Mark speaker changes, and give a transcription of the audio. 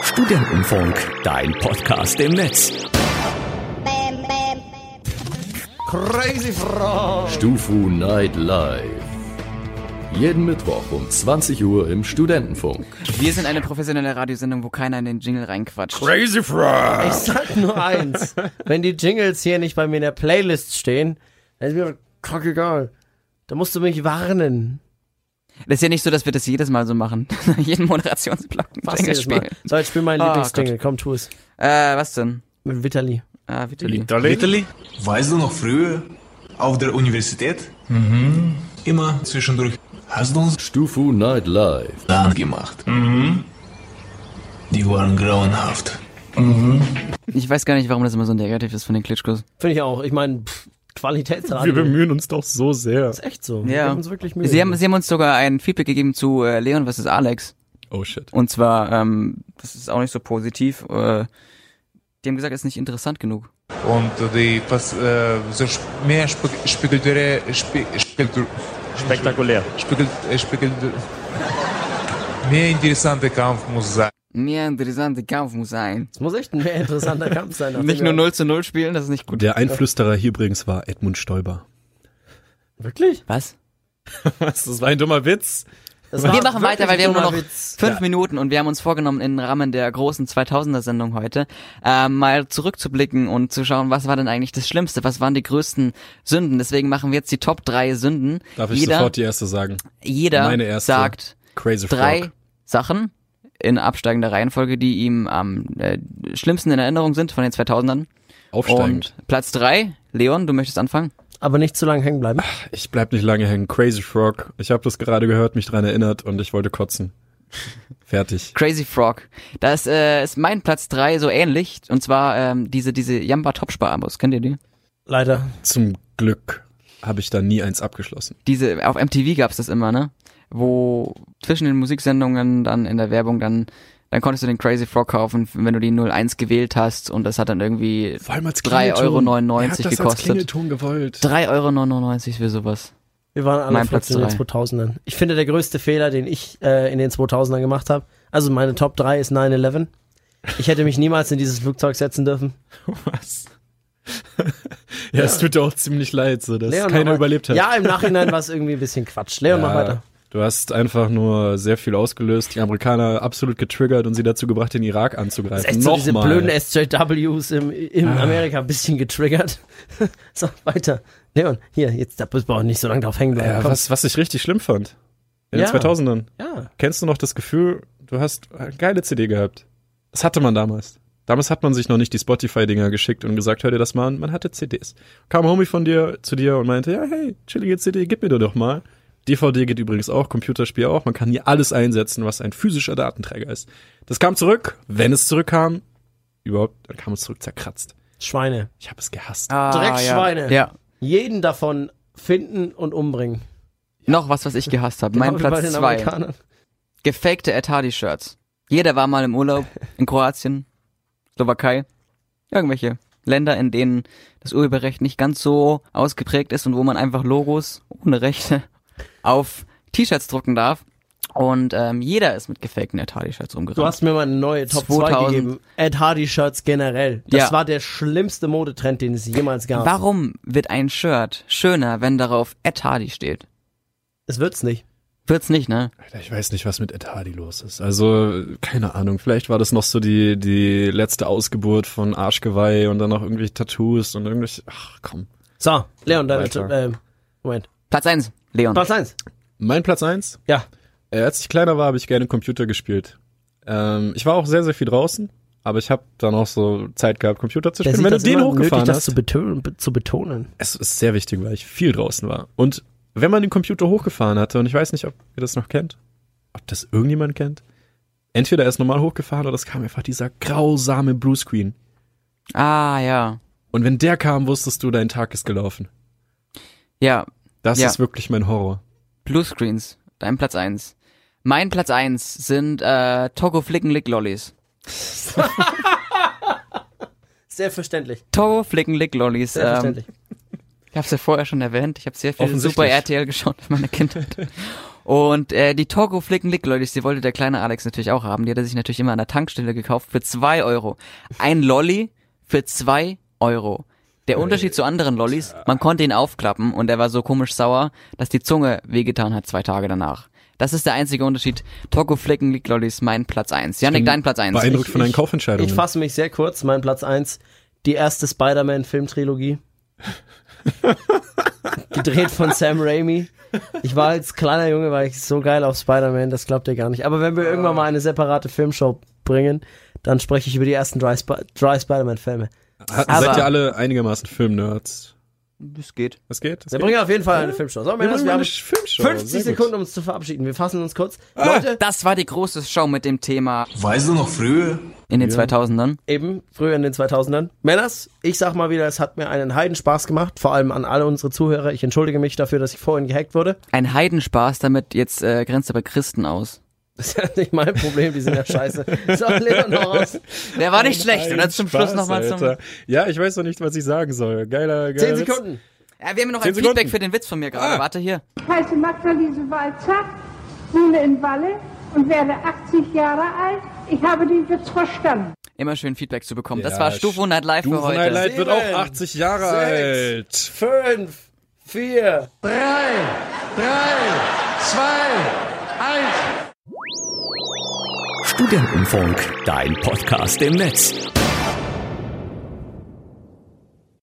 Speaker 1: Studentenfunk, dein Podcast im Netz.
Speaker 2: Crazy Frau.
Speaker 3: Stufu Night Live. Jeden Mittwoch um 20 Uhr im Studentenfunk.
Speaker 4: Wir sind eine professionelle Radiosendung, wo keiner in den Jingle reinquatscht.
Speaker 1: Crazy Frog!
Speaker 2: Ich sag nur eins. Wenn die Jingles hier nicht bei mir in der Playlist stehen, dann ist mir kackegal. Da musst du mich warnen.
Speaker 4: Das ist ja nicht so, dass wir das jedes Mal so machen. Jeden Moderationsblock einen
Speaker 2: Was
Speaker 4: Jingle
Speaker 2: jedes Mal.
Speaker 4: spielen.
Speaker 2: So, jetzt spiel meinen
Speaker 4: Ah,
Speaker 2: Lieblingsjingle. Komm, tu es.
Speaker 4: Äh, was denn?
Speaker 2: Mit Vitali.
Speaker 4: Ah, Vitali.
Speaker 5: Vitali, weißt du noch früher auf der Universität? Immer zwischendurch hast du uns
Speaker 3: Stufu Night Live.
Speaker 5: Plan gemacht. Die waren grauenhaft.
Speaker 4: Ich weiß gar nicht, warum das immer so negativ ist von den Klitschkos.
Speaker 2: Finde ich auch. Ich meine, pff, Qualitätsradio.
Speaker 6: Wir bemühen uns doch so sehr.
Speaker 2: ist echt so. Wir
Speaker 4: Ja.
Speaker 2: haben uns wirklich Mühe.
Speaker 4: Sie haben, sie haben uns sogar ein Feedback gegeben zu äh, Leon vs. Alex.
Speaker 6: Oh shit.
Speaker 4: Und zwar, ähm, das ist auch nicht so positiv. Äh, die haben gesagt, es ist nicht interessant genug.
Speaker 7: und die was äh, so sp- mehr spe spekuläre spe spekul
Speaker 8: Spektakulär.
Speaker 7: spekul äh, spekul mehr interessante Kampf muss sein.
Speaker 4: Mehr interessante Kampf muss sein.
Speaker 2: es muss echt ein mehr interessanter Kampf sein. nachdem
Speaker 4: Nicht nur
Speaker 2: wir-
Speaker 4: 0 zu 0 spielen, das ist nicht gut.
Speaker 6: Der Einflüsterer hier übrigens war Edmund Stoiber.
Speaker 2: Wirklich?
Speaker 4: Was?
Speaker 6: Was? Das war ein dummer Witz.
Speaker 2: Das
Speaker 4: Wir
Speaker 2: war
Speaker 4: machen weiter,
Speaker 2: wirklich
Speaker 4: weil wir
Speaker 2: ein
Speaker 4: haben nur noch
Speaker 2: dummer Witz.
Speaker 4: fünf Minuten und wir haben uns vorgenommen, im Rahmen der großen 2000er-Sendung heute äh, mal zurückzublicken und zu schauen, was war denn eigentlich das Schlimmste, was waren die größten Sünden. Deswegen machen wir jetzt die Top 3 Sünden.
Speaker 6: Darf ich
Speaker 4: jeder,
Speaker 6: sofort die erste sagen?
Speaker 4: jeder
Speaker 6: meine erste.
Speaker 4: sagt
Speaker 6: Crazy
Speaker 4: drei
Speaker 6: Frog.
Speaker 4: Sachen in absteigender Reihenfolge, die ihm am äh, schlimmsten in Erinnerung sind von den 2000ern.
Speaker 6: Aufsteigend.
Speaker 4: Und Platz 3, Leon, du möchtest anfangen?
Speaker 2: Aber nicht zu lange hängen bleiben.
Speaker 6: Ich bleib nicht lange hängen. Crazy Frog. Ich habe das gerade gehört, mich dran erinnert und ich wollte kotzen. Fertig.
Speaker 4: Crazy Frog. Das äh, ist mein Platz 3 so ähnlich. Und zwar ähm, diese, diese Jamba Topspar-Abos. Kennt ihr die?
Speaker 2: Leider.
Speaker 6: Zum Glück habe ich da nie eins abgeschlossen.
Speaker 4: Diese, auf MTV gab's das immer, ne? Wo zwischen den Musiksendungen dann in der Werbung dann, dann konntest du den Crazy Frog kaufen, wenn du die 01 gewählt hast und das hat dann irgendwie 3,99 Euro gekostet.
Speaker 6: Klingelton gewollt.
Speaker 4: 3,99 Euro für sowas.
Speaker 2: Wir waren alle
Speaker 4: Mein
Speaker 2: mein Platz
Speaker 4: Platz
Speaker 2: in den
Speaker 4: drei.
Speaker 2: 2000ern. Ich finde, der größte Fehler, den ich äh, in den 2000ern gemacht habe, also meine Top 3 ist 9-11. Ich hätte mich niemals in dieses Flugzeug setzen dürfen.
Speaker 6: Was? ja, es tut dir auch ziemlich leid, so dass
Speaker 2: Leon,
Speaker 6: keiner
Speaker 2: mach mal-
Speaker 6: überlebt hat.
Speaker 2: Ja, im Nachhinein war es irgendwie ein bisschen Quatsch. Leon, mach
Speaker 6: Ja,
Speaker 2: weiter.
Speaker 6: Äh, Du hast einfach nur sehr viel ausgelöst, die Amerikaner absolut getriggert und sie dazu gebracht, den Irak anzugreifen.
Speaker 2: Das ist echt so diese
Speaker 6: Also Nochmal. Ah.
Speaker 2: blöden SJWs im, in Amerika ein bisschen getriggert. so, weiter. Leon, hier, jetzt, da müssen wir auch nicht so lange drauf hängen bleiben.
Speaker 6: ja,
Speaker 2: Komm.
Speaker 6: Äh, was, was ich richtig schlimm fand. In
Speaker 2: Ja.
Speaker 6: den 2000ern.
Speaker 2: Ja.
Speaker 6: Kennst du noch das Gefühl, du hast eine geile CD gehabt? Das hatte man damals. Damals hat man sich noch nicht die Spotify-Dinger geschickt und gesagt, hör dir das mal an, man hatte CDs. Kam ein Homie von dir zu dir und meinte, ja, hey, chillige CD, gib mir die doch mal. DVD geht übrigens auch, Computerspiel auch, man kann hier alles einsetzen, was ein physischer Datenträger ist. Das kam zurück, wenn es zurückkam, überhaupt, dann kam es zurück zerkratzt.
Speaker 2: Schweine.
Speaker 6: Ich habe es gehasst.
Speaker 4: Ah,
Speaker 2: Drecksschweine.
Speaker 4: Ja. ja.
Speaker 2: Jeden davon finden und umbringen.
Speaker 4: Noch was, was ich gehasst habe. Mein
Speaker 2: Genau wie bei
Speaker 4: Platz
Speaker 2: den
Speaker 4: 2.
Speaker 2: Amerikanern.
Speaker 4: Gefakte Etadi-Shirts. Jeder war mal im Urlaub in Kroatien, Slowakei, irgendwelche Länder, in denen das Urheberrecht nicht ganz so ausgeprägt ist und wo man einfach Logos ohne Rechte auf T-Shirts drucken darf. Und ähm, jeder ist mit gefakten Etadi-Shirts
Speaker 2: Du
Speaker 4: umgerannt.
Speaker 2: hast mir mal eine neue Top 2
Speaker 4: 2000.
Speaker 2: gegeben. Ed Hardy Shirts generell. Das
Speaker 4: Ja.
Speaker 2: war der schlimmste Modetrend, den es jemals gab.
Speaker 4: Warum wird ein Shirt schöner, wenn darauf Etadi steht?
Speaker 2: Es wird's nicht.
Speaker 4: Wird's nicht, ne?
Speaker 6: Alter, ich weiß nicht, was mit Ed Hardy los ist. Also, keine Ahnung. Vielleicht war das noch so die, die letzte Ausgeburt von Arschgeweih und dann noch irgendwelche Tattoos und irgendwelche. Ach komm.
Speaker 2: So, Leon, deine
Speaker 6: Weiter.
Speaker 2: Top- ähm, Moment.
Speaker 4: Platz eins, Leon.
Speaker 2: Platz 1.
Speaker 6: Mein Platz eins.
Speaker 2: Ja.
Speaker 6: Äh, als ich kleiner war, habe ich gerne Computer gespielt. Ähm, ich war auch sehr, sehr viel draußen, aber ich habe dann auch so Zeit gehabt, Computer zu
Speaker 2: Der
Speaker 6: spielen.
Speaker 2: sieht
Speaker 6: Wenn du
Speaker 2: das
Speaker 6: den
Speaker 2: immer nötig,
Speaker 6: hochgefahren
Speaker 2: das zu
Speaker 6: hast.
Speaker 2: betonen, be- zu betonen.
Speaker 6: Es ist sehr wichtig, weil ich viel draußen war. Und wenn man den Computer hochgefahren hatte, und ich weiß nicht, ob ihr das noch kennt, ob das irgendjemand kennt, entweder er ist normal hochgefahren oder es kam einfach dieser grausame Bluescreen.
Speaker 4: Ah, ja.
Speaker 6: Und wenn der kam, wusstest du, dein Tag ist gelaufen.
Speaker 4: Ja,
Speaker 6: Das
Speaker 4: Ja.
Speaker 6: ist wirklich mein Horror.
Speaker 4: Bluescreens, dein Platz eins. Mein Platz eins sind äh, Togo Flickenlick Lollis.
Speaker 2: Sehr verständlich.
Speaker 4: Togo Flickenlick Lollis.
Speaker 2: Sehr
Speaker 4: Ähm,
Speaker 2: verständlich.
Speaker 4: ich habe es ja vorher schon erwähnt. Ich habe sehr viel
Speaker 6: Offensichtlich.
Speaker 4: Super RTL geschaut in meiner Kindheit. Und äh, die Togo Flicken Lick, Leute, die wollte der kleine Alex natürlich auch haben. Die hat er sich natürlich immer an der Tankstelle gekauft für zwei Euro. Ein Lolli für zwei Euro.
Speaker 6: Äh,
Speaker 4: Der Unterschied zu anderen Lollis, man konnte ihn aufklappen und er war so komisch sauer, dass die Zunge wehgetan hat zwei Tage danach. Das ist der einzige Unterschied. Togo Flicken Lick, Lollis, mein Platz eins. Janik, dein Platz eins.
Speaker 6: Beeindruckt von deinen Kaufentscheidungen.
Speaker 2: Ich fasse mich sehr kurz. Mein Platz eins: die erste Spider-Man-Filmtrilogie. Gedreht von Sam Raimi. Ich war als kleiner Junge, war ich so geil auf Spider-Man, das glaubt ihr gar nicht. Aber wenn wir irgendwann mal eine separate Filmshow bringen, dann spreche ich über die ersten drei, Sp drei Spider-Man-Filme.
Speaker 6: Hat,
Speaker 4: Aber-
Speaker 6: seid ihr alle einigermaßen Filmnerds?
Speaker 4: Das geht.
Speaker 6: Was geht? Was
Speaker 2: Wir
Speaker 6: geht?
Speaker 2: bringen auf jeden Fall eine Filmshow. So,
Speaker 6: Wir
Speaker 2: Männers,
Speaker 6: machen
Speaker 2: wir
Speaker 6: eine
Speaker 2: haben
Speaker 6: Filmshow.
Speaker 2: 50
Speaker 6: Sehr gut. Ah.
Speaker 2: Sekunden, um uns zu verabschieden. Wir fassen uns kurz. Leute,
Speaker 4: Das war die große Show mit dem Thema
Speaker 5: Weißt du noch früher?
Speaker 4: in den 2000ern.
Speaker 2: eben früher in den 2000ern. Männers, ich sag mal wieder, es hat mir einen Heidenspaß gemacht, vor allem an alle unsere Zuhörer. Ich entschuldige mich dafür, dass ich vorhin gehackt wurde.
Speaker 4: Ein Heidenspaß, damit jetzt äh, grenzt er bei Christen aus.
Speaker 2: Das ist ja nicht mein Problem, die sind ja scheiße. So, Leon, hau raus.
Speaker 4: Der war nicht schlecht. Und dann zum Schluss
Speaker 6: Spaß,
Speaker 4: nochmal zum...
Speaker 6: Alter. Ja, ich weiß noch nicht, was ich sagen soll. Geiler, geiler
Speaker 2: 10
Speaker 6: Witz.
Speaker 2: Sekunden.
Speaker 4: Ja, wir haben noch
Speaker 6: Zehn
Speaker 4: ein Feedback
Speaker 6: Sekunden. Ah.
Speaker 4: für den Witz von mir gerade. Warte hier.
Speaker 8: heiße Magdalise Walzach, wohne in Walle und werde 80 Jahre alt. Ich habe den Witz verstanden.
Speaker 4: Immer schön Feedback zu bekommen. das
Speaker 6: Ja,
Speaker 4: war Stufenheit live für
Speaker 6: Duven
Speaker 4: heute.
Speaker 6: Highlight wird auch
Speaker 2: Sieben,
Speaker 6: 80 Jahre alt.
Speaker 2: 5, 4,
Speaker 1: Studentenfunk, dein Podcast im Netz.